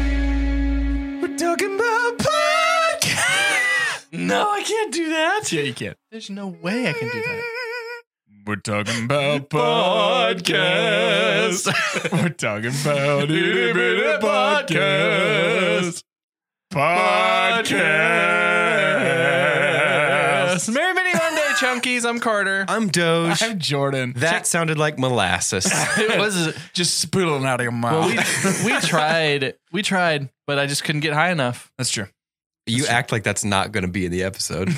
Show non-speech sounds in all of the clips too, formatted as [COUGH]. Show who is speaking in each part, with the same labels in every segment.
Speaker 1: We're talking about podcast. No, I can't do that.
Speaker 2: Yeah, you can't.
Speaker 1: There's no way I can do that.
Speaker 2: We're talking about podcast. We're talking about itty bitty podcast. Podcast.
Speaker 1: Merry Mini
Speaker 2: [LAUGHS]
Speaker 1: Monday, Chunkies. I'm Carter.
Speaker 3: I'm Doge.
Speaker 2: I'm Jordan.
Speaker 3: that sounded like molasses.
Speaker 1: it was
Speaker 2: [LAUGHS] just spilling out of your mouth.
Speaker 1: well, we [LAUGHS] we tried, we tried, but I just couldn't get high enough.
Speaker 2: That's true.
Speaker 3: you act like that's not going to be in the episode.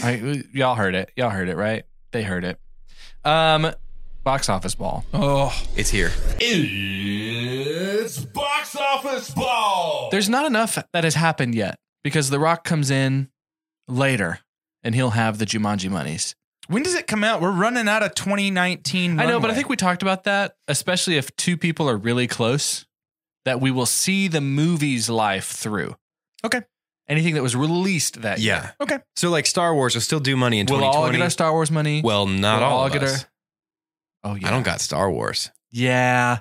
Speaker 1: I, y'all heard it. Y'all heard it, right? They heard it. Um, box office ball.
Speaker 2: Oh,
Speaker 3: it's here.
Speaker 2: it's box office ball.
Speaker 1: There's not enough that has happened yet because The Rock comes in later, and he'll have the Jumanji monies.
Speaker 2: When does it come out? We're running out of 2019.
Speaker 1: I know, but I
Speaker 2: runway.
Speaker 1: think we talked about that, especially if two people are really close, that we will see the movie's life through.
Speaker 2: Okay.
Speaker 1: Anything that was released that year.
Speaker 3: Yeah.
Speaker 2: Okay.
Speaker 3: So like Star Wars will still do money in
Speaker 1: We'll all get
Speaker 3: 2020.
Speaker 1: our Star Wars money.
Speaker 3: well, not
Speaker 1: we'll
Speaker 3: all,
Speaker 1: all
Speaker 3: of
Speaker 1: get
Speaker 3: us.
Speaker 1: oh, yeah.
Speaker 3: I don't got Star Wars.
Speaker 1: Yeah.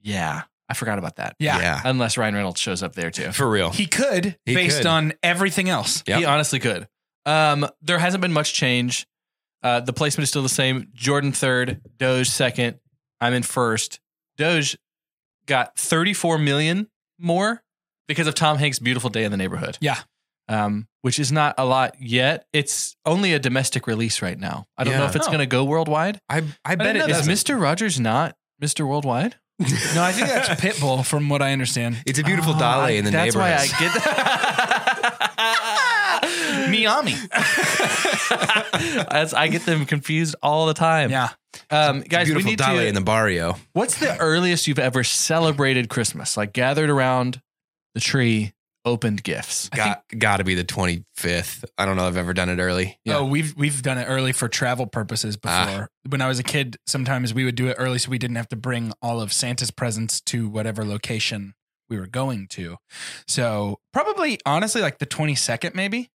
Speaker 1: Yeah. I forgot about that.
Speaker 2: Yeah.
Speaker 3: Yeah.
Speaker 1: Unless Ryan Reynolds shows up there too.
Speaker 3: For real.
Speaker 2: He could
Speaker 3: He
Speaker 2: based
Speaker 3: could.
Speaker 2: on everything else.
Speaker 3: Yep.
Speaker 1: He honestly could. Um, there hasn't been much change. Uh, the placement is still the same. Jordan third, Doge second. I'm in first. Doge got 34 million more because of Tom Hanks' beautiful day in the neighborhood.
Speaker 2: Yeah.
Speaker 1: Um, which is not a lot yet. It's only a domestic release right now. I don't know
Speaker 3: Yeah.
Speaker 1: if it's
Speaker 2: Oh.
Speaker 1: going to go worldwide.
Speaker 3: I I bet
Speaker 1: Is
Speaker 3: it doesn't.
Speaker 1: Mr. Rogers not Mr. Worldwide?
Speaker 2: No, I think that's Pitbull from what
Speaker 3: [LAUGHS]
Speaker 2: I understand.
Speaker 3: it's a beautiful
Speaker 1: Oh,
Speaker 3: dolly
Speaker 1: I-
Speaker 3: in the
Speaker 1: that's
Speaker 3: neighborhood.
Speaker 1: That's why I get
Speaker 3: [LAUGHS]
Speaker 1: [LAUGHS] that.
Speaker 2: Miami.
Speaker 1: [LAUGHS] As I get them confused all the time.
Speaker 2: Yeah.
Speaker 1: Um,
Speaker 3: It's a
Speaker 1: guys, we
Speaker 3: beautiful
Speaker 1: need
Speaker 3: dolly
Speaker 1: to.
Speaker 3: in the barrio.
Speaker 1: what's the earliest you've ever celebrated Christmas? Like gathered around the tree, opened gifts.
Speaker 3: Got got to be the 25th. I don't know. if I've ever done it early.
Speaker 1: Yeah.
Speaker 2: Oh, we've we've done it early for travel purposes before.
Speaker 3: Ah.
Speaker 2: When I was a kid, sometimes we would do it early so we didn't have to bring all of Santa's presents to whatever location we were going to. So probably honestly like the twenty second, maybe.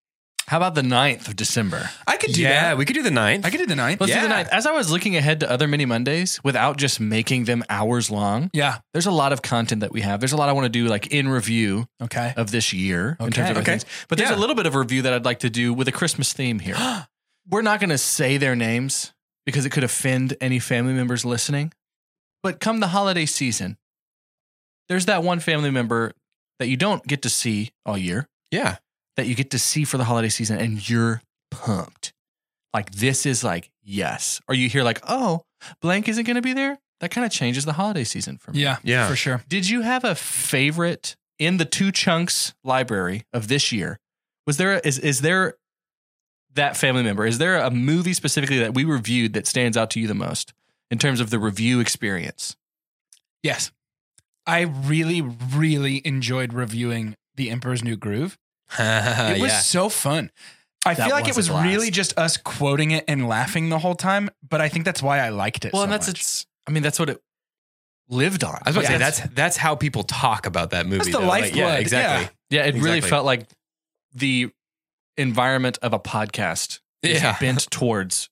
Speaker 1: How about the 9th of December?
Speaker 2: I could do
Speaker 3: yeah,
Speaker 2: that.
Speaker 3: we could do the 9th.
Speaker 2: I could do the 9th.
Speaker 1: Let's do the
Speaker 3: Yeah.
Speaker 1: 9th. As I was looking ahead to other mini Mondays without just making them hours long,
Speaker 2: yeah.
Speaker 1: there's a lot of content that we have. There's a lot I want to do like in review
Speaker 2: Okay.
Speaker 1: of this year in
Speaker 2: Okay.
Speaker 1: terms of other
Speaker 2: Okay.
Speaker 1: things. But there's
Speaker 2: Yeah.
Speaker 1: a little bit of a review that I'd like to do with a Christmas theme here.
Speaker 2: [GASPS]
Speaker 1: We're not going to say their names because it could offend any family members listening. But come the holiday season, there's that one family member that you don't get to see all year
Speaker 3: yeah.
Speaker 1: that you get to see for the holiday season and you're pumped. Like this is like yes. Or you hear like, "Oh, blank isn't going to be there?" That kind of changes the holiday season for me.
Speaker 2: Yeah.
Speaker 3: Yeah.
Speaker 2: For sure.
Speaker 1: Did you have a favorite in the two chunks library of this year? Was there a, is is there that family member? Is there a movie specifically that we reviewed that stands out to you the most in terms of the review experience?
Speaker 2: Yes. I really, really enjoyed reviewing The Emperor's New Groove. It was
Speaker 3: [LAUGHS] yeah.
Speaker 2: so fun. I
Speaker 1: Uh, That
Speaker 2: feel like
Speaker 1: was
Speaker 2: it
Speaker 1: a
Speaker 2: was
Speaker 1: blast.
Speaker 2: really just us quoting it and laughing the whole time, but I think that's why I liked it.
Speaker 1: Well,
Speaker 2: so
Speaker 1: and that's
Speaker 2: much.
Speaker 1: it's. I mean, that's what it lived on.
Speaker 3: I was about to say
Speaker 2: Yeah,
Speaker 3: that's that's how people talk about that movie.
Speaker 2: That's the
Speaker 3: though. Like, yeah,
Speaker 2: lifeblood.
Speaker 3: exactly.
Speaker 1: Yeah, it really
Speaker 3: Exactly.
Speaker 1: felt like the environment of a podcast is
Speaker 3: Yeah.
Speaker 1: bent [LAUGHS] towards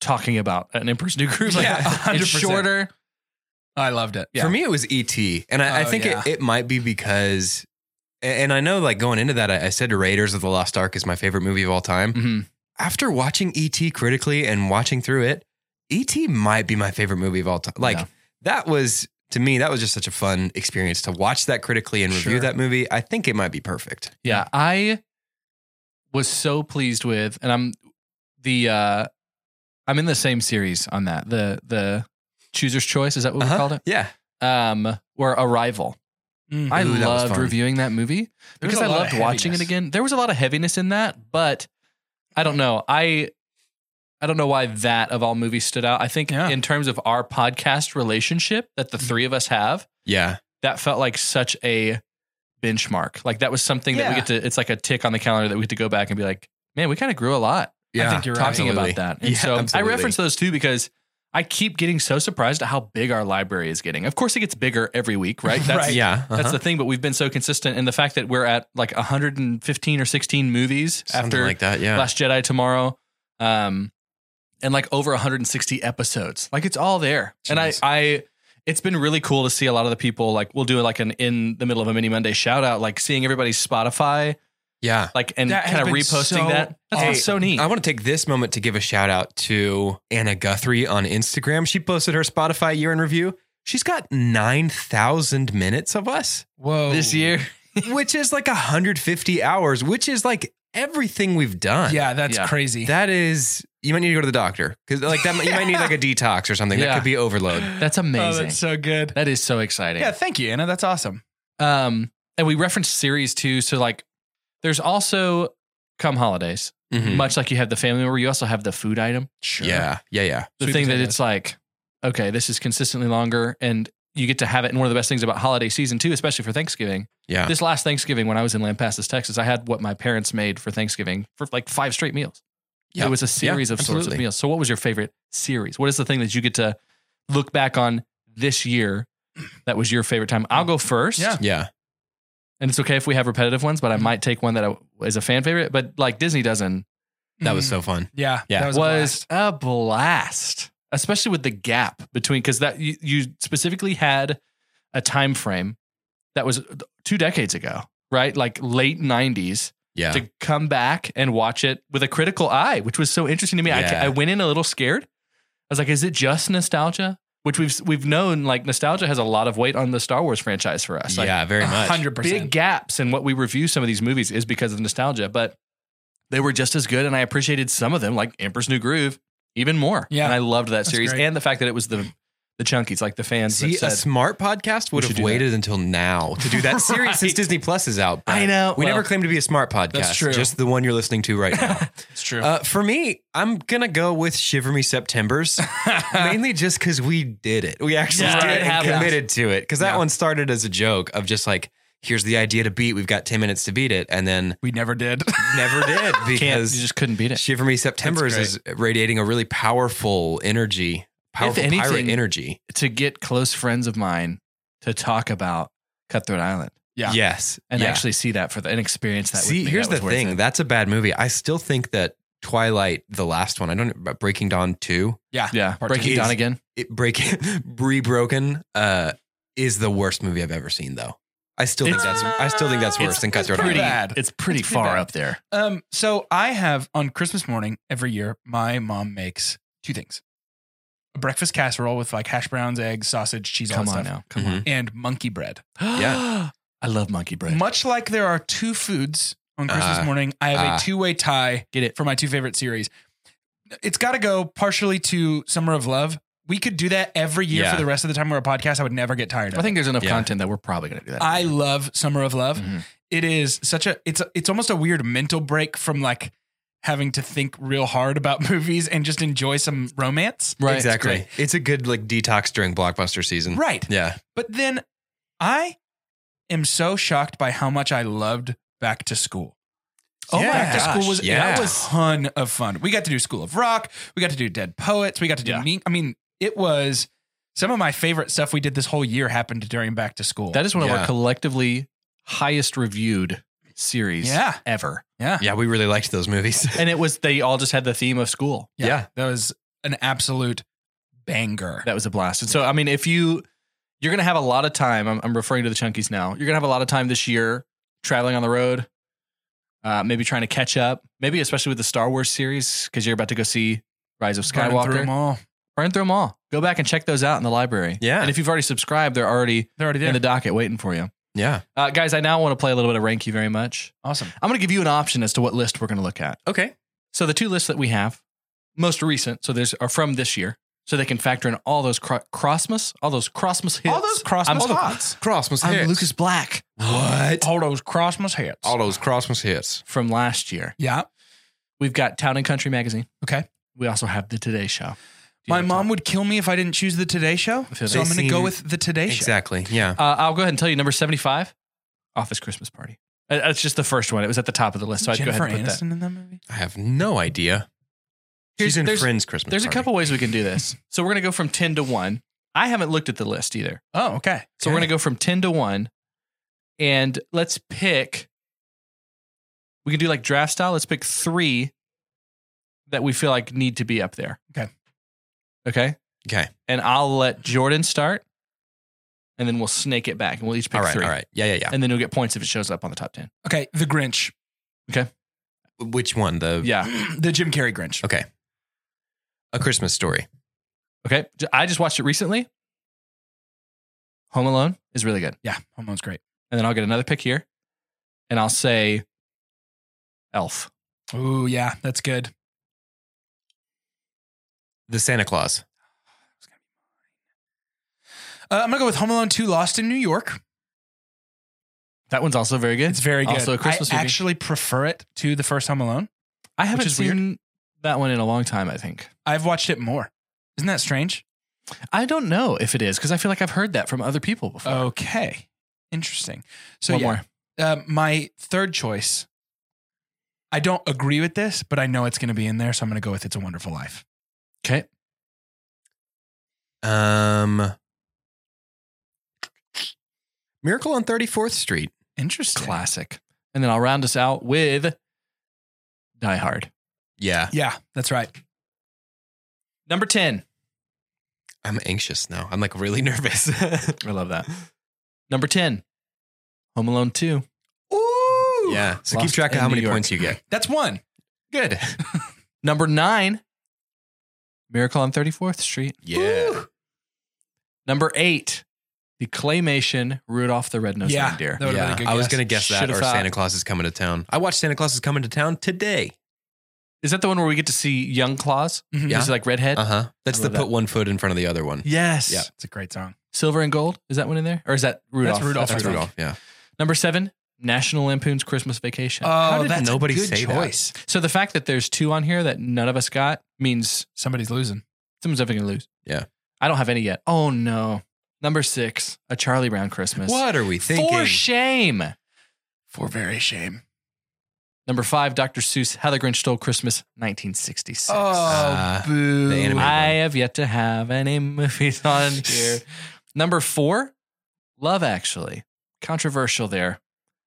Speaker 1: talking about an in-person new group. Like,
Speaker 2: Yeah,
Speaker 1: it's
Speaker 2: 100%.
Speaker 1: shorter.
Speaker 2: I loved it. Yeah.
Speaker 3: For me, it was ET, and I, I
Speaker 2: Oh,
Speaker 3: think
Speaker 2: yeah.
Speaker 3: it, it might be because, and I know like going into that, I, I said Raiders of the Lost Ark is my favorite movie of all time.
Speaker 1: Mm-hmm.
Speaker 3: After watching ET critically and watching through it, ET might be my favorite movie of all time. Like
Speaker 1: Yeah.
Speaker 3: that was to me, that was just such a fun experience to watch that critically and review
Speaker 1: Sure.
Speaker 3: that movie. I think it might be perfect.
Speaker 1: Yeah, I was so pleased with, and I'm the uh I'm in the same series on that. The the Chooser's Choice is that what
Speaker 3: Uh-huh.
Speaker 1: we called it?
Speaker 3: Yeah,
Speaker 1: Um, or Arrival.
Speaker 2: Mhm.
Speaker 1: I
Speaker 3: Ooh, that was
Speaker 1: loved
Speaker 3: fun.
Speaker 1: reviewing that movie
Speaker 2: There was
Speaker 1: because
Speaker 2: a
Speaker 1: I
Speaker 2: lot of
Speaker 1: loved watching it
Speaker 2: heaviness.
Speaker 1: again. There was a lot of heaviness in that, but I don't know. I I don't know why that of all movies stood out. I think
Speaker 2: Yeah. Mm-hmm.
Speaker 1: in terms of our podcast relationship that the three of us have,
Speaker 3: yeah.
Speaker 1: that felt like such a benchmark. Like that was something that we
Speaker 2: Yeah.
Speaker 1: get to. It's like a tick on the calendar that we get to go back and be like, man, we kind of grew a lot
Speaker 3: Yeah,
Speaker 2: I think you're right.
Speaker 1: talking
Speaker 3: Absolutely.
Speaker 1: about that. And
Speaker 3: Yeah,
Speaker 1: so
Speaker 3: absolutely.
Speaker 1: I reference those two because I keep getting so surprised at how big our library is getting. Of course, it gets bigger every week,
Speaker 2: [LAUGHS]
Speaker 1: right? That's,
Speaker 2: Right.
Speaker 3: Yeah,
Speaker 1: That's
Speaker 3: uh-huh.
Speaker 1: the thing, but we've been so consistent, and the fact that we're at like 115 or 16 movies
Speaker 3: something
Speaker 1: after
Speaker 3: like that. Yeah,
Speaker 1: Last Jedi tomorrow, um, and like over 160 episodes. Like it's all there, and I,
Speaker 2: Jeez.
Speaker 1: I, it's been really cool to see a lot of the people. Like we'll do like an in the middle of a mini Monday shout out, like seeing everybody's Spotify,
Speaker 3: yeah.
Speaker 1: like and
Speaker 2: That has
Speaker 1: kind of
Speaker 2: been
Speaker 1: reposting
Speaker 2: so
Speaker 1: that. That's been
Speaker 2: awesome.
Speaker 1: so neat.
Speaker 3: I want to take this moment to give a shout out to Anna Guthrie on Instagram. She posted her Spotify year in review. She's got 9,000 minutes of us,
Speaker 2: Whoa.
Speaker 1: this year, [LAUGHS]
Speaker 3: which is like 150 hours, which is like everything we've done.
Speaker 2: Yeah, that's
Speaker 1: Yeah.
Speaker 2: crazy.
Speaker 3: That is, you might need to go to the doctor because like that, you might
Speaker 1: [LAUGHS]
Speaker 3: need like a detox or something. That
Speaker 1: Yeah.
Speaker 3: could be overload.
Speaker 1: [LAUGHS] that's amazing.
Speaker 2: Oh, that's so good.
Speaker 1: that is so exciting.
Speaker 2: Yeah, thank you, Anna. That's awesome.
Speaker 1: Um, and we referenced series too. So like, there's also come holidays,
Speaker 2: Mm-hmm.
Speaker 3: Mhm.
Speaker 1: much like you have the family member, you also have the food item.
Speaker 2: Sure.
Speaker 3: Yeah. Yeah. Yeah.
Speaker 1: the
Speaker 2: Sweet
Speaker 1: thing that
Speaker 2: potatoes.
Speaker 1: it's like, okay, this is consistently longer and you get to have it. And one of the best things about holiday season too, especially for Thanksgiving.
Speaker 3: Yeah.
Speaker 1: This last Thanksgiving when I was in Lampasas, Texas, I had what my parents made for Thanksgiving for like five straight meals.
Speaker 3: Yeah.
Speaker 1: It was a series of sorts of
Speaker 3: absolutely.
Speaker 1: meals. So what was your favorite series? What is the thing that you get to look back on this year that was your favorite time? I'll go first.
Speaker 2: Yeah.
Speaker 3: Yeah.
Speaker 1: And it's okay if we have repetitive ones, but I might take one that I, is a fan favorite, but like Disney doesn't
Speaker 3: That was
Speaker 2: Mm.
Speaker 3: so fun.
Speaker 2: Yeah.
Speaker 3: Yeah.
Speaker 2: That was,
Speaker 1: was,
Speaker 2: a
Speaker 1: a, blast. especially with the gap between because that you, you specifically had a time frame that was two decades ago, right? Like late '90s
Speaker 3: Yeah.
Speaker 1: to come back and watch it with a critical eye, which was so interesting to me. I ca-
Speaker 3: Yeah.
Speaker 1: I, went in a little scared. I was like, "Is it just nostalgia?" Which we've we've known like nostalgia has a lot of weight on the Star Wars franchise for us. Like,
Speaker 3: yeah. Very much.
Speaker 2: Hundred
Speaker 1: big
Speaker 2: percent.
Speaker 1: gaps in what we review some of these movies is because of nostalgia, but they were just as good, and I appreciated some of them, like Emperor's New Groove, even more.
Speaker 2: Yeah.
Speaker 1: and I loved that
Speaker 2: That's
Speaker 1: series
Speaker 2: great.
Speaker 1: and the fact that it was the the chunkies, like the fans.
Speaker 3: See,
Speaker 1: that
Speaker 3: a
Speaker 1: said,
Speaker 3: smart podcast would
Speaker 1: should
Speaker 3: have
Speaker 1: do that.
Speaker 3: waited until now to do that series
Speaker 1: [LAUGHS]
Speaker 3: since
Speaker 1: Right.
Speaker 3: Disney Plus is out. but
Speaker 1: I know.
Speaker 3: We
Speaker 1: Well,
Speaker 3: never claim to be a smart podcast.
Speaker 2: That's true.
Speaker 3: Just the one you're listening to right now.
Speaker 2: It's true.
Speaker 3: Uh, for me, I'm gonna go with Shiver
Speaker 1: [LAUGHS]
Speaker 3: Me September's, mainly just because we did it. We actually
Speaker 1: Yeah,
Speaker 3: did
Speaker 1: it
Speaker 3: it and
Speaker 1: happened.
Speaker 3: committed to it because that
Speaker 2: Yeah.
Speaker 3: one started as a joke of just like, here's the idea to beat. We've got ten minutes to beat it, and then
Speaker 2: we never did. [LAUGHS]
Speaker 1: [LAUGHS]
Speaker 3: never did
Speaker 1: can't, you
Speaker 3: because
Speaker 1: just couldn't beat it.
Speaker 3: Shiver Me September's is radiating a really powerful energy, powerful pirate
Speaker 1: anything-
Speaker 3: energy.
Speaker 1: To get close friends of mine to talk about Cutthroat Island
Speaker 2: Yeah.
Speaker 3: Yes,
Speaker 1: and
Speaker 3: Yeah.
Speaker 1: actually see that for the, and experience that. with
Speaker 3: See,
Speaker 1: me,
Speaker 3: here's
Speaker 1: that was
Speaker 3: the
Speaker 1: worth
Speaker 3: thing.
Speaker 1: it.
Speaker 3: That's a bad movie. I still think that Twilight, the last one, I don't Breaking Dawn two.
Speaker 1: yeah,
Speaker 2: Part
Speaker 1: breaking
Speaker 3: two
Speaker 1: down
Speaker 3: is-
Speaker 1: again.
Speaker 3: it break [LAUGHS] rebroken uh is the worst movie I've ever seen though. I still think
Speaker 1: It's-
Speaker 3: that's I still think that's
Speaker 1: it's-
Speaker 3: worse than
Speaker 2: it's
Speaker 3: Cutthroat
Speaker 2: pretty
Speaker 1: Pretty,
Speaker 3: Island.
Speaker 2: bad.
Speaker 1: it's pretty
Speaker 2: It's pretty
Speaker 1: far
Speaker 2: bad.
Speaker 1: up there.
Speaker 2: Um, so I have on Christmas morning every year, my mom makes two things: a breakfast casserole with like hash browns, eggs, sausage, cheese, all
Speaker 1: Come
Speaker 2: that
Speaker 1: on
Speaker 2: stuff,
Speaker 1: now, come on.
Speaker 2: and monkey bread.
Speaker 1: [GASPS]
Speaker 3: Mm-hmm. Yeah.
Speaker 1: I love monkey bread. Ah.
Speaker 2: Much like there are two foods on Christmas
Speaker 3: Uh,
Speaker 2: morning, I have
Speaker 3: uh.
Speaker 2: a two-way tie
Speaker 1: Get it?
Speaker 2: for my two favorite series. It's got to go partially to Summer of Love. We could do that every year
Speaker 3: Yeah.
Speaker 2: for the rest of the time we're a podcast. I would never get tired of.
Speaker 1: I think
Speaker 2: it.
Speaker 1: there's enough
Speaker 3: Yeah.
Speaker 1: content that we're probably going to do that.
Speaker 2: I love Summer of Love.
Speaker 1: Mhm.
Speaker 2: It is such a it's a, it's almost a weird mental break from like having to think real hard about [LAUGHS] movies and just enjoy some romance.
Speaker 1: Right.
Speaker 3: Exactly. It's, a good like detox during blockbuster season.
Speaker 2: Right.
Speaker 3: Yeah.
Speaker 2: But then I am so shocked by how much I loved Back to School.
Speaker 3: Oh my
Speaker 2: Back to
Speaker 3: gosh,
Speaker 2: School was
Speaker 3: yeah.
Speaker 2: that was a ton of fun. We got to do School of Rock. We got to do Dead Poets. We got to do.
Speaker 1: Yeah.
Speaker 2: Mean, I mean, it was some of my favorite stuff we did this whole year happened during Back to School.
Speaker 1: That is one of
Speaker 3: Yeah.
Speaker 1: our collectively highest reviewed series
Speaker 2: Yeah.
Speaker 1: ever.
Speaker 2: yeah,
Speaker 3: Yeah, we really liked those [LAUGHS] movies.
Speaker 1: And it was they all just had the theme of school.
Speaker 2: That was an absolute banger.
Speaker 1: That was a blast. And so I mean if you You're going to have a lot of time. I'm, I'm referring to the Chunkies now. You're going to have a lot of time this year traveling on the road, uh, maybe trying to catch up, maybe especially with the Star Wars series, because you're about to go see Rise of
Speaker 2: Running
Speaker 1: Skywalker.
Speaker 2: through them all.
Speaker 1: Burn through them all. Go back and check those out in the library.
Speaker 3: Yeah.
Speaker 1: And if you've already subscribed, they're already
Speaker 2: They're already there.
Speaker 1: in the docket waiting for you.
Speaker 3: Yeah.
Speaker 1: Uh, guys, I now want to play a little bit of Rank You Very Much.
Speaker 2: awesome.
Speaker 1: I'm going to give you an option as to what list we're going to look at.
Speaker 3: Okay.
Speaker 1: So the two lists that we have, most recent, so there's are from this year, so they can factor in all those cro- Crossmas, all those Crossmas hits,
Speaker 2: All those Crossmas hits.
Speaker 3: Cross must
Speaker 1: I'm
Speaker 3: hits.
Speaker 1: Lucas Black
Speaker 3: What?
Speaker 2: All those Crossmas hats.
Speaker 3: All those cross must hits.
Speaker 1: from last year.
Speaker 2: yeah.
Speaker 1: We've got Town and Country magazine.
Speaker 2: Okay.
Speaker 1: We also have the Today Show. Do you
Speaker 2: My
Speaker 1: have
Speaker 2: mom would kill me if I didn't choose the Today Show.
Speaker 1: I feel that.
Speaker 2: So I'm going to
Speaker 3: They
Speaker 2: go
Speaker 3: seem-
Speaker 2: with the Today Show.
Speaker 3: Exactly. Yeah.
Speaker 1: time? Uh, I'll go ahead and tell you number seventy-five, Office Christmas Party. Uh, That's just the first one. It was at the top of the list, so I'd go ahead
Speaker 2: Jennifer
Speaker 1: and put that.
Speaker 2: Aniston in that movie.
Speaker 3: I have no idea.
Speaker 1: Here's-
Speaker 3: She's in
Speaker 1: there's-
Speaker 3: Friends Christmas.
Speaker 1: There's a
Speaker 3: Party.
Speaker 1: couple ways we can do this. So we're gonna go from ten to one. I haven't looked at the list either.
Speaker 2: Oh, okay.
Speaker 1: So we're going to go from 10 to 1 and let's pick we can do like draft style. Let's pick 3 that we feel like need to be up there.
Speaker 2: Okay.
Speaker 1: Okay?
Speaker 3: Okay.
Speaker 1: And I'll let Jordan start and then we'll snake it back and we'll each pick
Speaker 3: All right.
Speaker 1: 3.
Speaker 3: All right. Yeah. Yeah. Yeah.
Speaker 1: And then you'll get points if it shows up on the top 10.
Speaker 2: Okay. The Grinch.
Speaker 3: Which one? The
Speaker 1: Yeah.
Speaker 2: [CLEARS THROAT] the Jim Carrey Grinch.
Speaker 3: Okay. A Christmas Story.
Speaker 1: Okay. J- I just watched it recently. Home Alone is really good.
Speaker 2: Yeah. Home Alone's great.
Speaker 1: And then I'll get another pick here and I'll say Elf.
Speaker 2: Ooh, yeah. That's good.
Speaker 3: The Santa Claus.
Speaker 2: Uh, I'm going to go with Home Alone 2 Lost in New York.
Speaker 1: That one's also very good.
Speaker 2: It's very good.
Speaker 1: Also a Christmas
Speaker 2: I
Speaker 1: movie.
Speaker 2: actually prefer it to the first Home Alone.
Speaker 1: I haven't
Speaker 2: is weird.
Speaker 1: seen that one in a long time, I think.
Speaker 2: I've watched it more. Isn't that strange?
Speaker 1: I don't know if it is because I feel like I've heard that from other people before.
Speaker 2: Okay. Interesting. Oh, So
Speaker 1: One
Speaker 2: yeah,
Speaker 1: more.
Speaker 2: Uh, my third choice. I don't agree with this, but I know it's going to be in there, so I'm going to go with "It's a Wonderful Life."
Speaker 1: Okay.
Speaker 3: Um. Miracle on 34th Street.
Speaker 2: Interesting.
Speaker 1: Classic. And then I'll round us out with Die Hard.
Speaker 3: Yeah.
Speaker 2: Yeah, that's right.
Speaker 1: Number 10.
Speaker 3: I'm anxious now. I'm like really [LAUGHS] nervous.
Speaker 1: I love that. [GASPS] Number 10. Home Alone 2.
Speaker 2: Ooh,
Speaker 3: yeah. So keep
Speaker 1: Lost
Speaker 3: track of
Speaker 1: in
Speaker 3: how
Speaker 1: New
Speaker 3: many
Speaker 1: York.
Speaker 3: points you get.
Speaker 2: that's one.
Speaker 3: Good.
Speaker 1: Number 9. Miracle on 34th Street.
Speaker 3: Yeah.
Speaker 1: Number 8. The claymation Rudolph the Red-Nosed
Speaker 2: Yeah.
Speaker 1: Reindeer.
Speaker 2: That would've been a good
Speaker 3: I was
Speaker 2: guess.
Speaker 3: gonna guess that
Speaker 1: Should've
Speaker 3: or
Speaker 1: thought.
Speaker 3: Santa Claus is coming to town. I watched Santa Claus is coming to town today.
Speaker 1: Is that the one where we get to see young Claus?
Speaker 2: Mhm.
Speaker 3: Yeah.
Speaker 1: Is he like redhead?
Speaker 3: Uh huh. That's
Speaker 1: Uh-huh. I
Speaker 3: the
Speaker 1: love
Speaker 3: put one foot in front of the other one.
Speaker 1: Yes.
Speaker 3: Yeah.
Speaker 2: it's a great song.
Speaker 1: Silver and gold. Is that one in there? Or is that Rudolph?
Speaker 2: That's Rudolph.
Speaker 3: That's
Speaker 2: I think.
Speaker 3: Rudolph. Yeah.
Speaker 1: Number seven, National Lampoon's Christmas Vacation.
Speaker 3: How
Speaker 2: Oh,
Speaker 3: did
Speaker 2: that's
Speaker 3: nobody
Speaker 2: a good
Speaker 3: say that?
Speaker 2: choice.
Speaker 1: so the fact that there's two on here that none of us got means
Speaker 2: Somebody's losing.
Speaker 1: someone's definitely gonna lose.
Speaker 3: Yeah.
Speaker 1: I don't have any yet. Oh no. Number six, a Charlie Brown Christmas.
Speaker 3: What are we thinking?
Speaker 1: For shame.
Speaker 2: For very shame.
Speaker 1: Number five, Dr. Seuss, How the Grinch Stole Christmas, 1966.
Speaker 3: Uh,
Speaker 1: Oh,
Speaker 2: boo!
Speaker 3: the anime.
Speaker 1: I have yet to have any movies on here. Number four, Love Actually. Controversial there.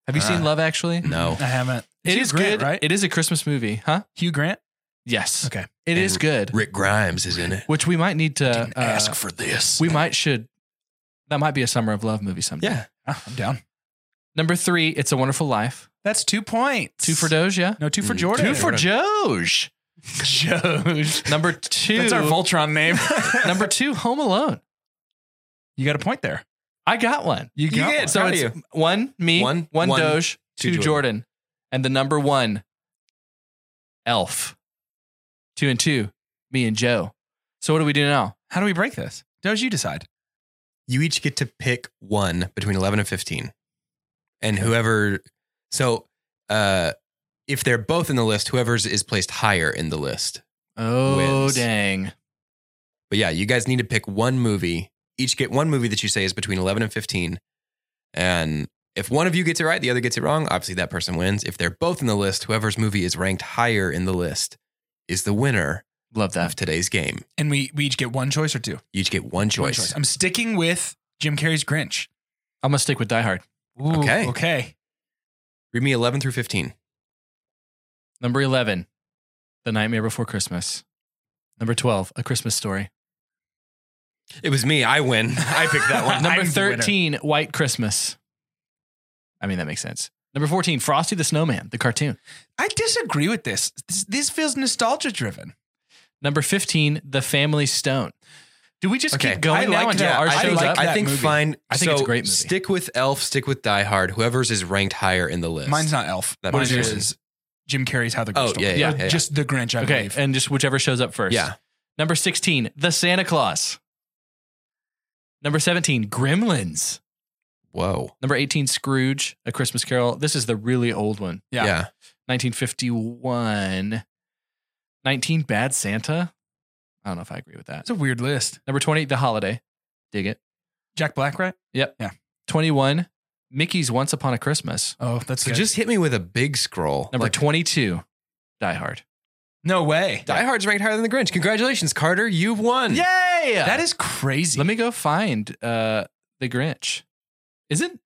Speaker 1: Have you seen
Speaker 3: Ah.
Speaker 1: Love Actually?
Speaker 3: no.
Speaker 2: I haven't.
Speaker 1: It
Speaker 2: Hugh
Speaker 1: is
Speaker 2: Grant,
Speaker 1: good,
Speaker 2: right?
Speaker 1: It is a Christmas movie, huh?
Speaker 2: Hugh Grant.
Speaker 1: Yes.
Speaker 2: Okay.
Speaker 1: It
Speaker 3: And
Speaker 1: is good.
Speaker 3: Rick Grimes is in it.
Speaker 1: which we might need to uh,
Speaker 2: for this.
Speaker 1: We might should. That might be a summer of love movie someday.
Speaker 3: Yeah.
Speaker 2: Ah, I'm down.
Speaker 1: Number three, It's a Wonderful Life.
Speaker 2: That's two points.
Speaker 1: Two for Doja.
Speaker 2: No, two for
Speaker 3: Mm,
Speaker 2: Jordan.
Speaker 1: Two for
Speaker 3: Jordan.
Speaker 1: Doge.
Speaker 2: Joes. [LAUGHS]
Speaker 1: Number two.
Speaker 2: That's our [LAUGHS] Voltron name.
Speaker 1: number two, Home Alone.
Speaker 2: you got a point there.
Speaker 1: I got one.
Speaker 2: You
Speaker 3: got
Speaker 2: get
Speaker 3: one.
Speaker 1: So
Speaker 3: Proud of
Speaker 1: it's one me,
Speaker 3: One,
Speaker 1: one,
Speaker 3: one,
Speaker 1: Doge, two,
Speaker 3: two
Speaker 1: Jordan. and the number one, Elf. Two and two, me and Joe. So what do we do now?
Speaker 2: How do we break this? Does you decide?
Speaker 3: You each get to pick one between 11 and 15. And whoever, so uh, if they're both in the list, whoever's is placed higher in the list.
Speaker 1: Oh
Speaker 3: Wins.
Speaker 1: dang!
Speaker 3: But yeah, you guys need to pick one movie. Each get one movie that you say is between 11 and 15. And if one of you gets it right, the other gets it wrong, obviously that person wins. If they're both in the list, whoever's movie is ranked higher in the list is the winner
Speaker 1: Love
Speaker 3: of
Speaker 1: that.
Speaker 3: today's game.
Speaker 2: And we, we each get one choice or two?
Speaker 3: You each get one
Speaker 2: One
Speaker 3: choice.
Speaker 2: I'm sticking with Jim Carrey's Grinch.
Speaker 1: I'm gonna stick with Die Hard.
Speaker 2: Ooh,
Speaker 3: Okay.
Speaker 2: Okay.
Speaker 3: Read me 11 through 15.
Speaker 1: Number 11, The Nightmare Before Christmas. Number 12, A Christmas Story.
Speaker 3: It was me. I win. [LAUGHS] I picked that one.
Speaker 1: Number
Speaker 2: [LAUGHS] I'm the winner.
Speaker 1: 13, White Christmas. I mean, that makes sense. Number 14, Frosty the Snowman, the cartoon.
Speaker 2: I disagree with this. This, this feels nostalgia driven.
Speaker 1: Number 15, The Family Stone. Do we just
Speaker 3: Okay.
Speaker 1: keep going
Speaker 2: I
Speaker 1: now
Speaker 2: like
Speaker 1: until
Speaker 2: that.
Speaker 1: our
Speaker 2: I
Speaker 1: show's
Speaker 3: think,
Speaker 2: like
Speaker 1: up?
Speaker 2: that
Speaker 3: I think
Speaker 2: movie.
Speaker 3: fine.
Speaker 1: I think
Speaker 3: so
Speaker 1: it's a great movie.
Speaker 3: Stick with Elf. Stick with Die Hard. Whoever's is ranked higher in the list.
Speaker 2: Mine's not Elf.
Speaker 3: That
Speaker 2: Mine
Speaker 3: makes
Speaker 2: is
Speaker 3: sense.
Speaker 2: Jim Carrey's How the
Speaker 3: Oh,
Speaker 2: Grinch Stole
Speaker 3: yeah, yeah,
Speaker 2: Or
Speaker 3: yeah, yeah.
Speaker 2: Just the Grinch. I
Speaker 1: Okay,
Speaker 2: believe.
Speaker 1: and just whichever shows up first.
Speaker 3: Yeah.
Speaker 1: Number 16, The Santa Claus. Number 17, Gremlins.
Speaker 3: Whoa.
Speaker 1: Number 18, Scrooge, A Christmas Carol. This is the really old one.
Speaker 2: Yeah.
Speaker 3: Yeah.
Speaker 1: 1951. 19, Bad Santa. I don't know if I agree with that.
Speaker 2: That's a weird list.
Speaker 1: Number 20, The Holiday. Dig it.
Speaker 2: Jack Black, right?
Speaker 1: 21, Mickey's Once Upon a Christmas.
Speaker 2: Oh, that's
Speaker 3: So
Speaker 2: good.
Speaker 3: just hit me with a big scroll.
Speaker 1: Number
Speaker 3: Like,
Speaker 1: 22, Die Hard.
Speaker 2: no way.
Speaker 3: Die Hard's ranked higher than the Grinch. Congratulations, Carter. You've won.
Speaker 1: Yay!
Speaker 2: That is crazy.
Speaker 1: Let me go find uh, The Grinch. Isn't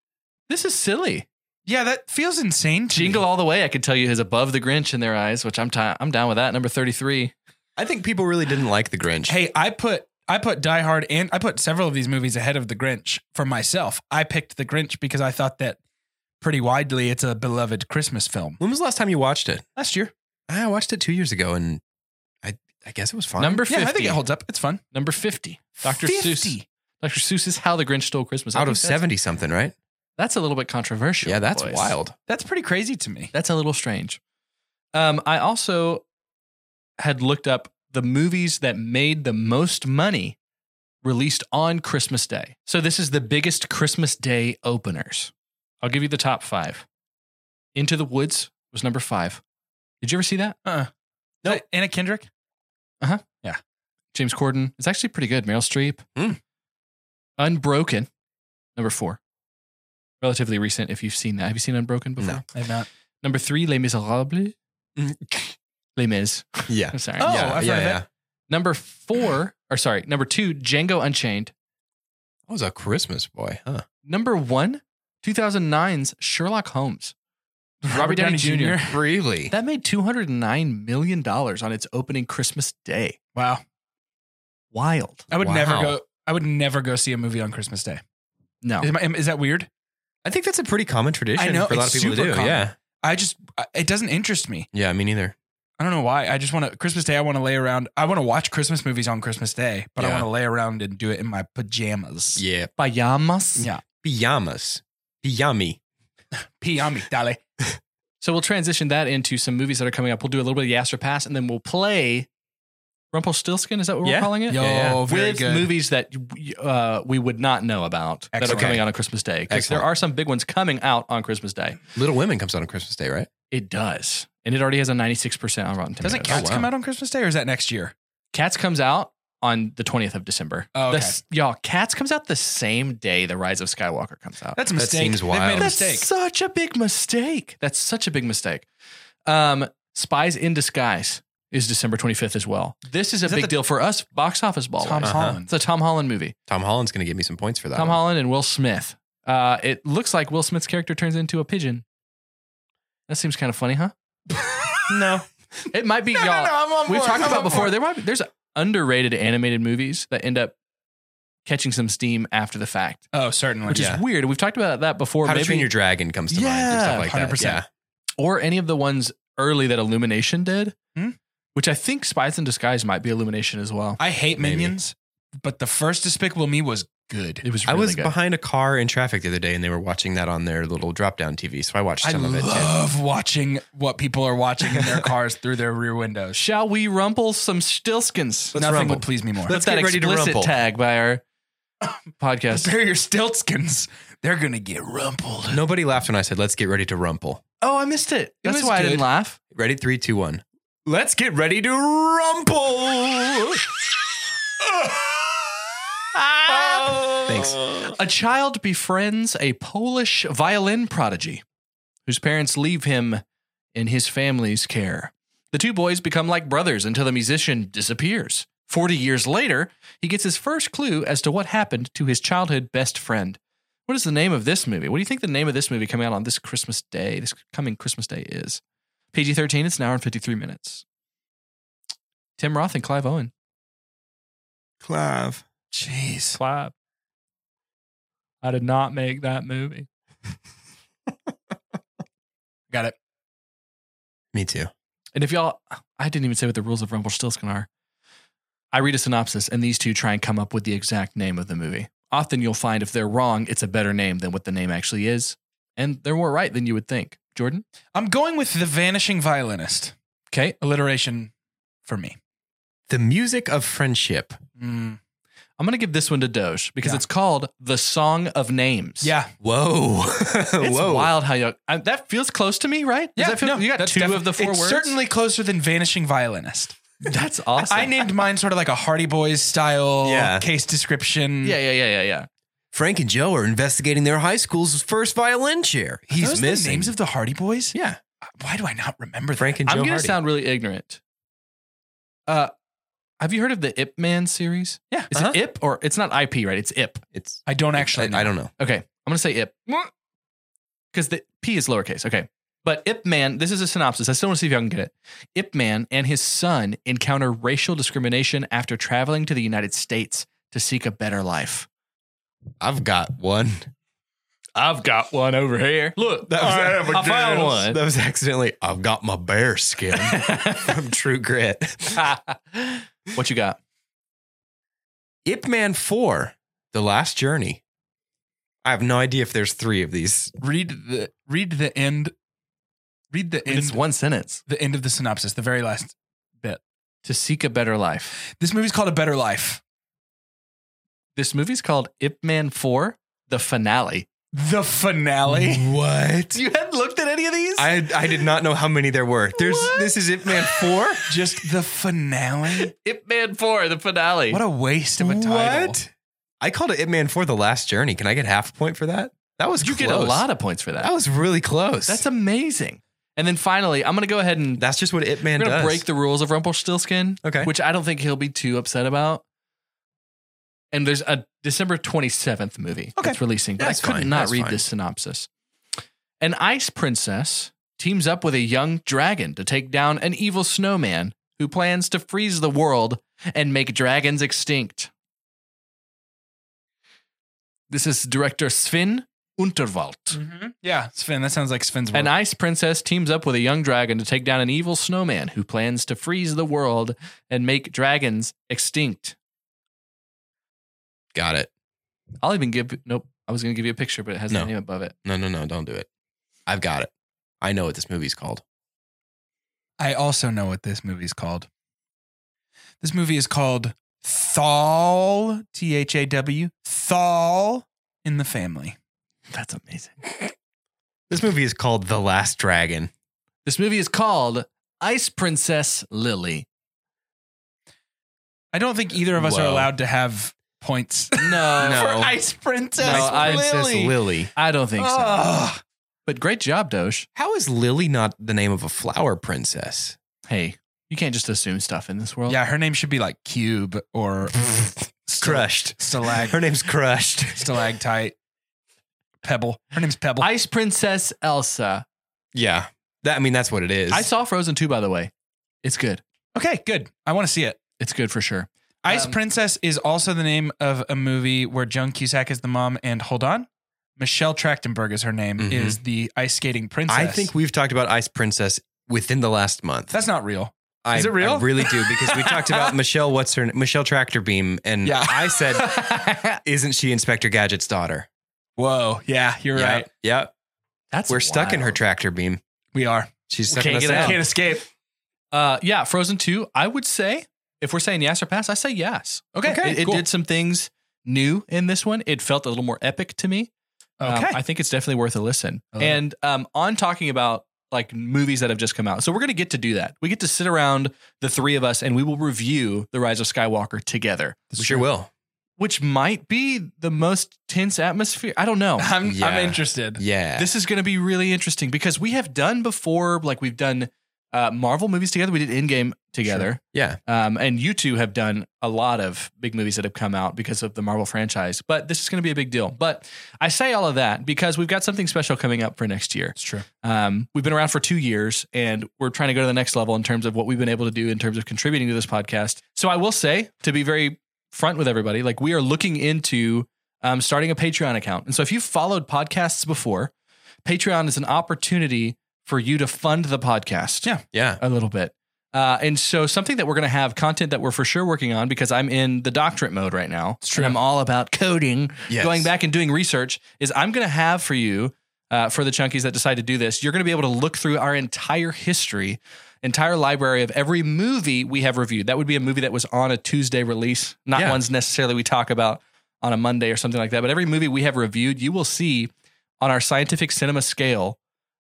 Speaker 1: this is silly?
Speaker 2: yeah, that feels insane. To
Speaker 1: Jingle
Speaker 2: me.
Speaker 1: All the Way, I could tell you, is above The Grinch in their eyes, which I'm ti I'm down with that. Number 33.
Speaker 3: I think people really didn't like the Grinch.
Speaker 2: Hey, I put I put Die Hard and I put several of these movies ahead of The Grinch for myself. I picked The Grinch because I thought that pretty widely it's a beloved Christmas film.
Speaker 3: When was the last time you watched it? Ah,
Speaker 2: Last year,
Speaker 3: I watched it two years ago, and I I guess it was fine.
Speaker 1: Number
Speaker 2: yeah,
Speaker 1: 50.
Speaker 2: I think it holds up. It's fun.
Speaker 1: Number 50. Dr.
Speaker 2: 50.
Speaker 1: Seuss. Dr. Seuss is How the Grinch Stole Christmas. I
Speaker 3: out
Speaker 1: think
Speaker 3: of
Speaker 1: that's-
Speaker 3: seventy something, right?
Speaker 2: [LAUGHS]
Speaker 1: That's a little bit controversial.
Speaker 3: Yeah, that's
Speaker 1: boys.
Speaker 3: wild.
Speaker 2: That's pretty crazy to me.
Speaker 1: That's a little strange. Um, I also had looked up the movies that made the most money released on Christmas Day. So this is the biggest Christmas Day openers. I'll give you the top five. Into the Woods was number five. Did you ever see that?
Speaker 2: Uh,
Speaker 1: No.
Speaker 2: no, Anna Kendrick.
Speaker 1: James Corden. It's actually pretty good. Meryl Streep.
Speaker 3: Hmm.
Speaker 1: Unbroken, number four. Relatively recent if you've seen that. Have you seen Unbroken before?
Speaker 3: No.
Speaker 2: I'm not.
Speaker 1: Number three, Les Miserables. Les Mis.
Speaker 3: Yeah.
Speaker 1: I'm sorry.
Speaker 2: Oh,
Speaker 3: yeah,
Speaker 2: I've
Speaker 3: yeah,
Speaker 2: heard of it.
Speaker 3: yeah.
Speaker 1: Number four, or sorry, number two, Django Unchained.
Speaker 3: I was a Christmas boy, huh?
Speaker 1: Number one, 2009's Sherlock Holmes. Robert Downey Jr.
Speaker 3: Really?
Speaker 1: That made $209 million on its opening Christmas Day.
Speaker 2: Wow,
Speaker 1: Wild.
Speaker 2: I would
Speaker 3: Wow.
Speaker 2: never go. I would never go see a movie on Christmas Day.
Speaker 1: No.
Speaker 2: Is, my, is that weird?
Speaker 3: I think that's a pretty common tradition
Speaker 2: I know,
Speaker 3: for a lot of
Speaker 2: it's
Speaker 3: people to
Speaker 2: super
Speaker 3: do.
Speaker 2: common.
Speaker 3: Yeah.
Speaker 2: I just I- it doesn't interest me.
Speaker 3: Yeah, me neither.
Speaker 2: I don't know why. I just want to Christmas Day. I want to lay around. I want to watch Christmas movies on Christmas Day, but I
Speaker 3: Yeah.
Speaker 2: want to lay around and do it in my pajamas.
Speaker 3: Yeah.
Speaker 1: Bayamas.
Speaker 2: Yeah.
Speaker 3: Pajamas. Pijami.
Speaker 2: Piyami, dale.
Speaker 1: So we'll transition that into some movies that are coming up. We'll do a little bit of Yes or Pass, and then we'll play Rumpelstiltskin. Is that what we're
Speaker 3: Yeah.
Speaker 1: calling it?
Speaker 2: Yo,
Speaker 3: yeah.
Speaker 2: very
Speaker 1: With
Speaker 2: good.
Speaker 1: movies that uh, we would not know about that
Speaker 2: Excellent.
Speaker 1: are coming out on Christmas Day. Because there
Speaker 3: Excellent.
Speaker 1: are some big ones coming out on Christmas Day.
Speaker 3: Little Women comes out on Christmas Day, right?
Speaker 1: It does. And it already has a 96% on Rotten Tomatoes. Oh,
Speaker 2: Doesn't Cats
Speaker 3: wow.
Speaker 2: come out on Christmas Day or is that next year?
Speaker 1: Cats comes out on the 20th of December.
Speaker 2: Oh,
Speaker 1: The
Speaker 2: okay.
Speaker 1: s- y'all, Cats comes out the same day The Rise of Skywalker comes out.
Speaker 2: That's a
Speaker 3: That
Speaker 2: mistake.
Speaker 3: seems
Speaker 2: They've
Speaker 3: wild.
Speaker 2: made a
Speaker 1: That's
Speaker 2: mistake.
Speaker 1: such a big mistake. That's such a big mistake. Um, Spies in Disguise is December 25th as well. This is a
Speaker 2: Is that
Speaker 1: big
Speaker 2: the-
Speaker 1: deal for us, box office ball.
Speaker 2: Tom
Speaker 1: wise.
Speaker 3: Uh-huh.
Speaker 1: [LAUGHS]
Speaker 2: Holland.
Speaker 1: It's a Tom Holland movie.
Speaker 3: Tom Holland's going to give me some points for that.
Speaker 1: Tom
Speaker 3: one.
Speaker 1: Holland and Will Smith. Uh, it looks like Will Smith's character turns into a pigeon. That seems kind of funny, huh?
Speaker 3: No.
Speaker 1: It might be y'all.
Speaker 2: I'm on
Speaker 1: We've talked about before. There might be, there's underrated animated movies that end up catching some steam after the fact,
Speaker 2: Oh, certainly.
Speaker 1: which
Speaker 3: Yeah.
Speaker 1: is weird. We've talked about that before.
Speaker 3: How
Speaker 1: maybe
Speaker 3: to Train Your Dragon comes to mind
Speaker 1: Yeah,
Speaker 3: and stuff like that.
Speaker 2: 100%.
Speaker 3: Yeah.
Speaker 1: or any of the ones early that Illumination did,
Speaker 2: Hmm?
Speaker 1: which I think Spies in Disguise might be Illumination as well.
Speaker 2: I hate
Speaker 3: Maybe.
Speaker 2: Minions, but the first Despicable Me was good.
Speaker 1: It was
Speaker 3: I
Speaker 1: really
Speaker 3: was
Speaker 1: good.
Speaker 3: behind a car in traffic the other day, and they were watching that on their little drop-down TV. So I watched
Speaker 2: I
Speaker 3: some of it. too.
Speaker 2: love watching what people are watching in
Speaker 3: [LAUGHS]
Speaker 2: their cars through their rear windows.
Speaker 1: Shall we rumple some stilskins?
Speaker 3: Let's
Speaker 2: Nothing
Speaker 3: rumble.
Speaker 2: would please me more.
Speaker 3: Let's
Speaker 1: Put that
Speaker 3: get ready to
Speaker 1: explicit
Speaker 3: rumple.
Speaker 1: tag by
Speaker 3: [COUGHS]
Speaker 1: our podcast.
Speaker 2: Prepare your stiltskins. They're gonna get rumpled.
Speaker 3: Nobody laughed when I said, "Let's get ready to rumple."
Speaker 1: Oh, I missed it. That's
Speaker 2: was
Speaker 1: why I
Speaker 2: good.
Speaker 1: didn't laugh.
Speaker 3: Ready, three, two, one. Let's get ready to rumple. Thanks.
Speaker 1: A child befriends a Polish violin prodigy whose parents leave him in his family's care. The two boys become like brothers until the musician disappears. 40 years later, he gets his first clue as to what happened to his childhood best friend. What is the name of this movie? What do you think the name of this movie coming out on this Christmas Day, this coming Christmas Day is? PG 13, it's an hour and 53 minutes. Tim Roth and Clive Owen.
Speaker 3: Clive.
Speaker 2: Jeez.
Speaker 4: Clap. I did not make that movie.
Speaker 2: Got it.
Speaker 3: Me too.
Speaker 1: And if y'all, I didn't even say what the rules of Rumpelstiltskin are. I read a synopsis, and these two try and come up with the exact name of the movie. Often you'll find if they're wrong, it's a better name than what the name actually is. And they're more right than you would think. Jordan?
Speaker 2: I'm going with The Vanishing Violinist.
Speaker 1: Okay.
Speaker 2: Alliteration for me.
Speaker 3: The music of friendship.
Speaker 2: Mm.
Speaker 1: I'm going to give this one to Doge because
Speaker 2: Yeah.
Speaker 1: it's called The Song of Names.
Speaker 2: Yeah.
Speaker 3: Whoa. [LAUGHS]
Speaker 1: It's
Speaker 3: Whoa.
Speaker 1: wild how you I, that feels close to me, right? Does that feel-
Speaker 2: no,
Speaker 1: you got
Speaker 2: that's
Speaker 1: two
Speaker 2: defi-
Speaker 1: of the four
Speaker 2: it's
Speaker 1: words.
Speaker 2: Certainly closer than Vanishing Violinist.
Speaker 1: [LAUGHS] that's awesome.
Speaker 2: I named mine sort of like a Hardy Boys style
Speaker 3: Yeah.
Speaker 2: case description.
Speaker 1: Yeah, yeah, yeah, yeah, yeah.
Speaker 3: Frank and Joe are investigating their high school's first violin chair.
Speaker 2: Are
Speaker 3: He's
Speaker 2: those the
Speaker 3: missing.
Speaker 2: names of the Hardy Boys. Uh,
Speaker 1: Yeah.
Speaker 2: Why do I not remember that?
Speaker 3: Frank and
Speaker 1: I'm
Speaker 3: Joe
Speaker 1: going to
Speaker 3: Hardy.
Speaker 1: sound really ignorant. Uh, have you heard of the Ip Man series?
Speaker 2: Yeah.
Speaker 1: Is
Speaker 3: Uh-huh.
Speaker 1: it Ip or it's not IP, right? It's Ip.
Speaker 3: it's
Speaker 2: I don't actually.
Speaker 3: I, I don't know.
Speaker 1: Okay, I'm gonna say Ip because the P is lowercase. Okay, but Ip Man. This is a synopsis. I still want to see if y'all can get it. Ip Man and his son encounter racial discrimination after traveling to the United States to seek a better life.
Speaker 3: I've got
Speaker 1: [LAUGHS]
Speaker 3: one.
Speaker 1: I've got one over here. Look, I,
Speaker 3: I
Speaker 1: found one.
Speaker 3: That was accidentally. I've got my bear
Speaker 1: [LAUGHS]
Speaker 3: skin from True Grit.
Speaker 1: what you got?
Speaker 3: Ip Man Four: The Last Journey. I have no idea if there's three of these.
Speaker 2: read the read the end. Read the end.
Speaker 1: It's one sentence
Speaker 2: the end of the synopsis. The very last bit.
Speaker 1: to seek a better life.
Speaker 2: This movie's called A Better Life.
Speaker 1: This movie's called Ip Man Four: The Finale.
Speaker 3: [LAUGHS]
Speaker 2: The finale.
Speaker 3: What?
Speaker 1: You hadn't looked at any of these.
Speaker 3: I I did not know how many there were. There's
Speaker 1: What?
Speaker 3: this is Ip Man
Speaker 1: [LAUGHS]
Speaker 3: Four.
Speaker 2: Just the finale.
Speaker 1: Ip Man Four: The Finale.
Speaker 2: What a waste of a title.
Speaker 3: I called it Ip Man Four: The Last Journey. Can I get half a point for that? That was
Speaker 1: you
Speaker 3: close.
Speaker 1: get a lot of points for that.
Speaker 3: That was really close.
Speaker 1: That's amazing. And then finally, I'm going to go ahead and
Speaker 3: That's just what Ip
Speaker 1: we're
Speaker 3: Man
Speaker 1: going to
Speaker 3: does.
Speaker 1: break the rules of Rumpelstiltskin,
Speaker 3: okay.
Speaker 1: which I don't think he'll be too upset about. And there's a December 27th movie
Speaker 2: Okay.
Speaker 1: that's releasing, but
Speaker 3: That's
Speaker 1: I could
Speaker 3: fine.
Speaker 1: not
Speaker 3: That's
Speaker 1: read
Speaker 3: fine.
Speaker 1: this synopsis. An ice princess teams up with a young dragon to take down an evil snowman who plans to freeze the world and make dragons extinct. This is director Sven
Speaker 3: Mm-hmm.
Speaker 1: Unterwald.
Speaker 2: Yeah, Sven. That sounds like Sven's work.
Speaker 1: An ice princess teams up with a young dragon to take down an evil snowman who plans to freeze the world and make dragons extinct.
Speaker 3: Got it.
Speaker 1: I'll even give nope. I was gonna give you a picture, but it has
Speaker 3: No.
Speaker 1: a name above it.
Speaker 3: No, no, no. Don't do it. I've got it. I know what this movie's called.
Speaker 2: I also know what this movie's called. This movie is called Thal, T H A W, Thal in the Family.
Speaker 1: That's amazing.
Speaker 3: This movie is called The Last Dragon.
Speaker 1: This movie is called Ice Princess Lily.
Speaker 2: I don't think either of us are
Speaker 3: Whoa.
Speaker 2: allowed to have points
Speaker 1: No,
Speaker 3: [LAUGHS] No.
Speaker 2: Uh, for Ice Princess.
Speaker 1: No, I-
Speaker 3: Princess
Speaker 1: Lily.
Speaker 3: Lily.
Speaker 1: I don't think so.
Speaker 3: Ah.
Speaker 2: Ugh.
Speaker 1: but great job, Doge.
Speaker 3: How is Lily not the name of a flower princess?
Speaker 1: Hey, you can't just assume stuff in this world.
Speaker 2: Yeah, her name should be like Cube or stal-
Speaker 3: [LAUGHS] crushed.
Speaker 2: stalag,
Speaker 3: Her name's Crushed.
Speaker 2: stalactite, Pebble. Her name's Pebble.
Speaker 1: Ice Princess Elsa.
Speaker 3: yeah. That I mean that's what it is.
Speaker 1: I saw Frozen 2, by the way. It's good.
Speaker 2: okay, good. I want to see it.
Speaker 1: It's good for sure.
Speaker 2: Ice
Speaker 1: Um,
Speaker 2: Princess is also the name of a movie where Joan Cusack is the mom, and hold on, Michelle Trachtenberg is her name,
Speaker 3: Mhm.
Speaker 2: is the ice skating princess.
Speaker 3: I think we've talked about Ice Princess within the last month.
Speaker 2: that's not real.
Speaker 3: I,
Speaker 2: is it real?
Speaker 3: I really do because we talked about [LAUGHS] Michelle what's her Michelle Tractor Beam and
Speaker 2: Yeah.
Speaker 3: Mm, I said [LAUGHS] isn't she Inspector Gadget's daughter?
Speaker 2: [LAUGHS] Whoa, yeah, you're
Speaker 3: yeah,
Speaker 2: right.
Speaker 3: Yeah.
Speaker 1: That's
Speaker 3: We're stuck in her
Speaker 1: wild.
Speaker 3: tractor beam.
Speaker 2: We are.
Speaker 3: She's
Speaker 1: We
Speaker 3: stuck
Speaker 1: can't
Speaker 3: in us
Speaker 1: get out.
Speaker 3: out.
Speaker 1: Can't
Speaker 2: escape.
Speaker 1: Uh, yeah, Frozen Two. I would say if we're saying yes or pass, I say yes.
Speaker 2: Okay,
Speaker 1: it, it
Speaker 2: cool.
Speaker 1: did some things new in this one. It felt a little more epic to me.
Speaker 2: Okay, Uh.
Speaker 1: Um, I think it's definitely worth a listen.
Speaker 2: I love it.
Speaker 1: and um, on talking about like movies that have just come out, so we're gonna get to do that. We get to sit around the three of us, and we will review the Rise of Skywalker together,
Speaker 3: We sure will.
Speaker 1: which might be the most tense atmosphere. I don't
Speaker 2: [LAUGHS]
Speaker 1: know.
Speaker 2: I'm,
Speaker 3: Yeah.
Speaker 2: I'm interested.
Speaker 3: Yeah.
Speaker 1: This is going to be really interesting because we have done before, like we've done uh, Marvel movies together. We did Endgame together.
Speaker 3: Yeah.
Speaker 1: Um, and you two have done a lot of big movies that have come out because of the Marvel franchise, but this is going to be a big deal. But I say all of that because we've got something special coming up for next year.
Speaker 2: It's true.
Speaker 1: Um, we've been around for two years and we're trying to go to the next level in terms of what we've been able to do in terms of contributing to this podcast. So I will say, to be very front with everybody. Like we are looking into um, starting a Patreon account. And so if you've followed podcasts before, Patreon is an opportunity for you to fund the podcast
Speaker 2: Yeah.
Speaker 3: Yeah.
Speaker 1: a little bit. Uh, and so something that we're going to have content that we're for sure working on because I'm in the doctorate mode right now. It's
Speaker 2: true.
Speaker 1: I'm all about coding
Speaker 3: Yes.
Speaker 1: going back and doing research is I'm going to have for you, uh, for the chunkies that decide to do this, you're going to be able to look through our entire history, entire library of every movie we have reviewed. That would be a movie that was on a Tuesday release, not
Speaker 3: Yeah.
Speaker 1: ones necessarily we talk about on a Monday or something like that. But every movie we have reviewed, you will see on our scientific cinema scale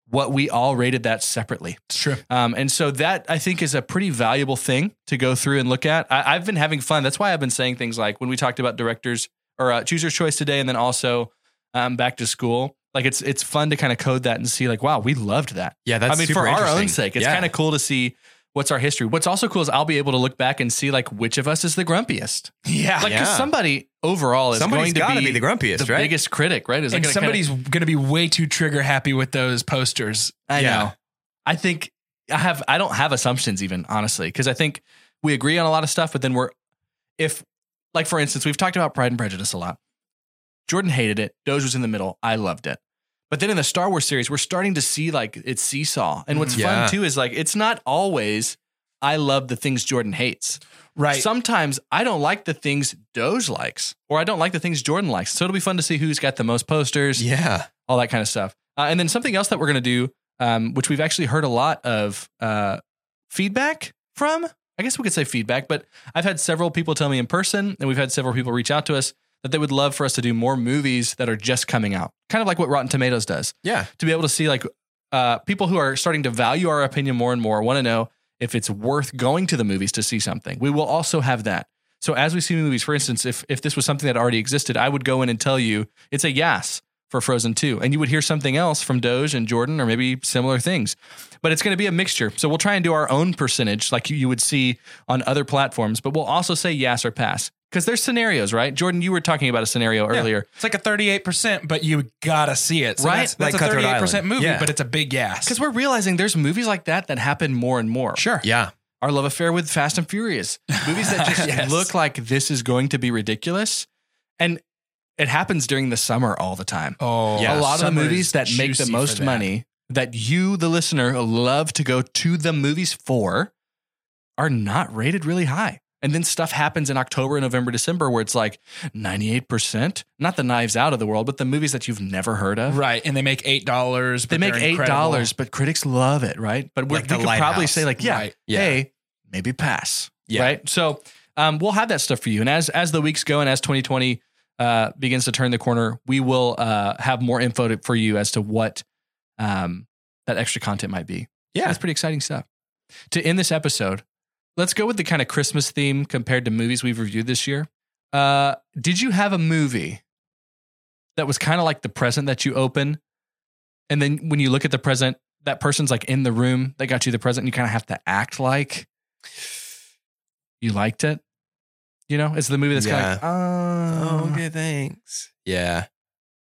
Speaker 1: what we all rated that separately.
Speaker 2: It's true.
Speaker 1: Um, and so that I think is a pretty valuable thing to go through and look at. I, I've been having fun. That's why I've been saying things like when we talked about directors or uh, choosers choice today, and then also um, back to school. Like it's it's fun to kind of code that and see like wow we loved that.
Speaker 3: Yeah. That's
Speaker 1: I mean
Speaker 3: super
Speaker 1: for our own
Speaker 3: interesting.
Speaker 1: sake, it's
Speaker 3: Yeah.
Speaker 1: kind of cool to see what's our history. What's also cool is I'll be able to look back and see like which of us is the grumpiest.
Speaker 2: Yeah.
Speaker 1: Like 'cause
Speaker 3: Ah, Yeah.
Speaker 1: somebody overall is
Speaker 3: Somebody's
Speaker 1: going
Speaker 3: gotta
Speaker 1: to
Speaker 3: be the grumpiest,
Speaker 1: the
Speaker 3: right?
Speaker 1: biggest critic, right? Is
Speaker 2: and
Speaker 1: gonna kinda-
Speaker 2: somebody's going to be way too trigger happy with those posters.
Speaker 1: I
Speaker 3: Yeah.
Speaker 1: know. I think I have I don't have assumptions even honestly because I think we agree on a lot of stuff, but then we're if like for instance we've talked about Pride and Prejudice a lot. Jordan hated it. Doge was in the middle. I loved it. But then in the Star Wars series, we're starting to see like it's seesaw. And what's
Speaker 3: Mhm. Yeah.
Speaker 1: fun too is like it's not always I love the things Jordan hates.
Speaker 2: Right.
Speaker 1: Sometimes I don't like the things Doge likes, or I don't like the things Jordan likes. So it'll be fun to see who's got the most posters
Speaker 3: Yeah.
Speaker 1: all that kind of stuff. Uh, and then something else that we're going to do, um, which we've actually heard a lot of uh, feedback from. I guess we could say feedback, but I've had several people tell me in person, and we've had several people reach out to us that they would love for us to do more movies that are just coming out, kind of like what Rotten Tomatoes does,
Speaker 3: Yeah.
Speaker 1: to be able to see like uh, people who are starting to value our opinion more and more want to know if it's worth going to the movies to see something. We will also have that. So as we see movies, for instance, if if this was something that already existed, I would go in and tell you it's a yes for Frozen 2. And you would hear something else from Doge and Jordan or maybe similar things. But it's going to be a mixture. So we'll try and do our own percentage like you, you would see on other platforms, but we'll also say yes or pass. Because there's scenarios, right? Jordan, you were talking about a scenario
Speaker 2: Yeah.
Speaker 1: earlier.
Speaker 2: It's like a 38%, but you got to see it. So
Speaker 1: Right?
Speaker 2: That's, that's
Speaker 3: Like
Speaker 2: a
Speaker 3: Cutthroat
Speaker 2: 38%
Speaker 3: Island.
Speaker 2: movie,
Speaker 3: Yeah.
Speaker 2: but it's a big yes.
Speaker 1: Because we're realizing there's movies like that that happen more and more.
Speaker 2: sure.
Speaker 3: Yeah.
Speaker 1: Our love affair with Fast and Furious. Movies that just
Speaker 2: [LAUGHS] Yes.
Speaker 1: look like this is going to be ridiculous. And it happens during the summer all the time.
Speaker 2: Oh,
Speaker 3: Yeah,
Speaker 1: a lot of the
Speaker 2: summer is
Speaker 1: movies that make the
Speaker 2: juicy
Speaker 1: most
Speaker 2: for that.
Speaker 1: money that you, the listener, love to go to the movies for are not rated really high. And then stuff happens in October, November, December where it's like 98%, not the knives out of the world, but the movies that you've never heard of.
Speaker 2: Right. And they make
Speaker 1: They
Speaker 2: $8. but
Speaker 1: make
Speaker 2: they're
Speaker 1: $8,
Speaker 2: incredible. [LAUGHS]
Speaker 1: but critics love it, right? But we
Speaker 3: Like
Speaker 1: we
Speaker 3: The
Speaker 1: could probably
Speaker 3: Lighthouse.
Speaker 1: say, like, yeah,
Speaker 2: Right.
Speaker 3: Yeah.
Speaker 1: hey, maybe pass.
Speaker 3: Yeah.
Speaker 1: Right. So um, we'll have that stuff for you. And as as the weeks go and as 2020 uh, begins to turn the corner, we will uh, have more info to, for you as to what um, that extra content might be.
Speaker 3: Yeah.
Speaker 1: That's pretty exciting stuff. To end this episode, let's go with the kind of Christmas theme compared to movies we've reviewed this year. Uh, did you have a movie that was kind of like the present that you open? And then when you look at the present, that person's like in the room that got you the present, and you kind of have to act like you liked it. You know, it's the movie that's kind of like, oh,
Speaker 3: okay. Thanks. Yeah.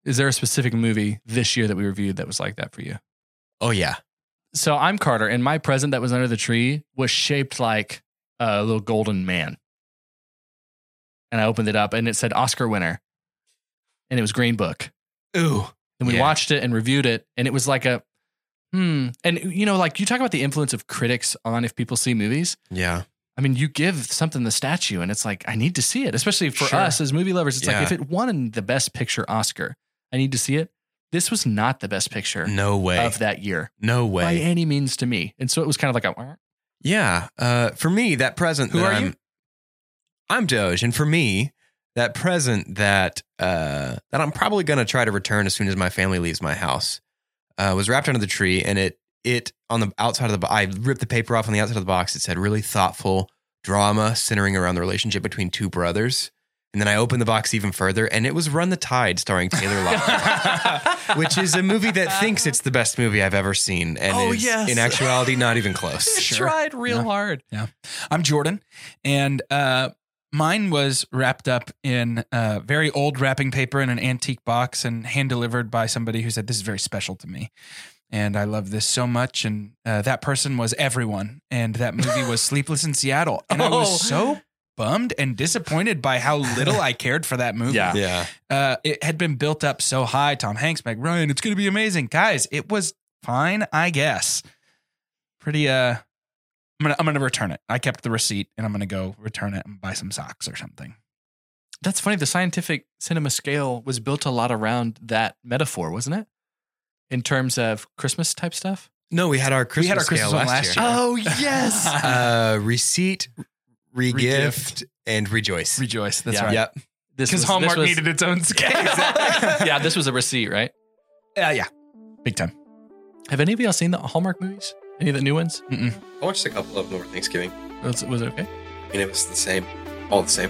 Speaker 1: Is there a specific movie this year that we reviewed that was like that for you?
Speaker 3: Oh, yeah.
Speaker 1: So I'm Carter, and my present that was under the tree was shaped like a little golden man. And I opened it up, and it said Oscar winner, and it was Green Book.
Speaker 3: Ooh.
Speaker 1: And we
Speaker 3: Yeah.
Speaker 1: watched it and reviewed it, and it was like a hmm. And you know, like you talk about the influence of critics on if people see movies.
Speaker 3: Yeah.
Speaker 1: I mean, you give something the statue, and it's like I need to see it, especially for
Speaker 3: Sure.
Speaker 1: us as movie lovers. It's
Speaker 3: Yeah.
Speaker 1: like if it won the Best Picture Oscar, I need to see it. This was not the best picture
Speaker 3: No way.
Speaker 1: of that year
Speaker 3: No way.
Speaker 1: by any means to me. And so it was kind of like [LAUGHS] a
Speaker 3: Yeah. Uh, for me, that present.
Speaker 1: Who
Speaker 3: that
Speaker 1: are
Speaker 3: I'm,
Speaker 1: you?
Speaker 3: I'm Doge, and for me, that present that uh, that I'm probably going to try to return as soon as my family leaves my house uh, was wrapped under the tree, and it it on the outside of the bo- I ripped the paper off on the outside of the box. It said really thoughtful drama centering around the relationship between two brothers. And then I opened the box even further, and it was Run the Tide,
Speaker 1: [LAUGHS]
Speaker 3: starring Taylor Lautner, which is a movie that thinks it's the best movie I've ever seen, and
Speaker 1: Oh,
Speaker 3: is
Speaker 1: yes.
Speaker 3: in actuality not even close.
Speaker 1: [LAUGHS] tried real
Speaker 2: Yeah.
Speaker 1: hard.
Speaker 2: I'm Jordan, and uh, mine was wrapped up in uh, very old wrapping paper in an antique box and hand delivered by somebody who said, This is very special to me. And I love this so much. And uh, that person was everyone. And that movie was Sleepless in Seattle. And I
Speaker 1: Oh.
Speaker 2: was so bummed and disappointed by how little I cared for that movie.
Speaker 4: Yeah.
Speaker 3: Yeah.
Speaker 2: Uh, it had been built up so high. Tom Hanks, Meg Ryan, it's going to be amazing. Guys, it was fine, I guess. Pretty, uh, I'm going to I'm gonna return it. I kept the receipt and I'm going to go return it and buy some socks or something.
Speaker 1: That's funny. The scientific cinema scale was built a lot around that metaphor, wasn't it? In terms of Christmas type stuff.
Speaker 3: No, we had our Christmas,
Speaker 2: We had our Christmas
Speaker 3: sale
Speaker 2: one
Speaker 1: [LAUGHS]
Speaker 3: last,
Speaker 2: last
Speaker 3: year.
Speaker 1: Oh yes. [LAUGHS]
Speaker 3: Uh, receipt, regift, and rejoice.
Speaker 2: Rejoice. That's
Speaker 1: Yeah.
Speaker 2: right.
Speaker 3: Yep.
Speaker 1: this
Speaker 4: Because
Speaker 1: was-
Speaker 4: Hallmark
Speaker 1: this was-
Speaker 4: needed its own scale.
Speaker 1: [LAUGHS] yeah, this was a receipt, right?
Speaker 2: [LAUGHS] Yeah. yeah. Big time.
Speaker 1: Have any of y'all seen the Hallmark movies? Any of the new ones?
Speaker 3: I watched a couple of them over Thanksgiving,
Speaker 1: Was, was it okay?
Speaker 3: and it was the same, all the same.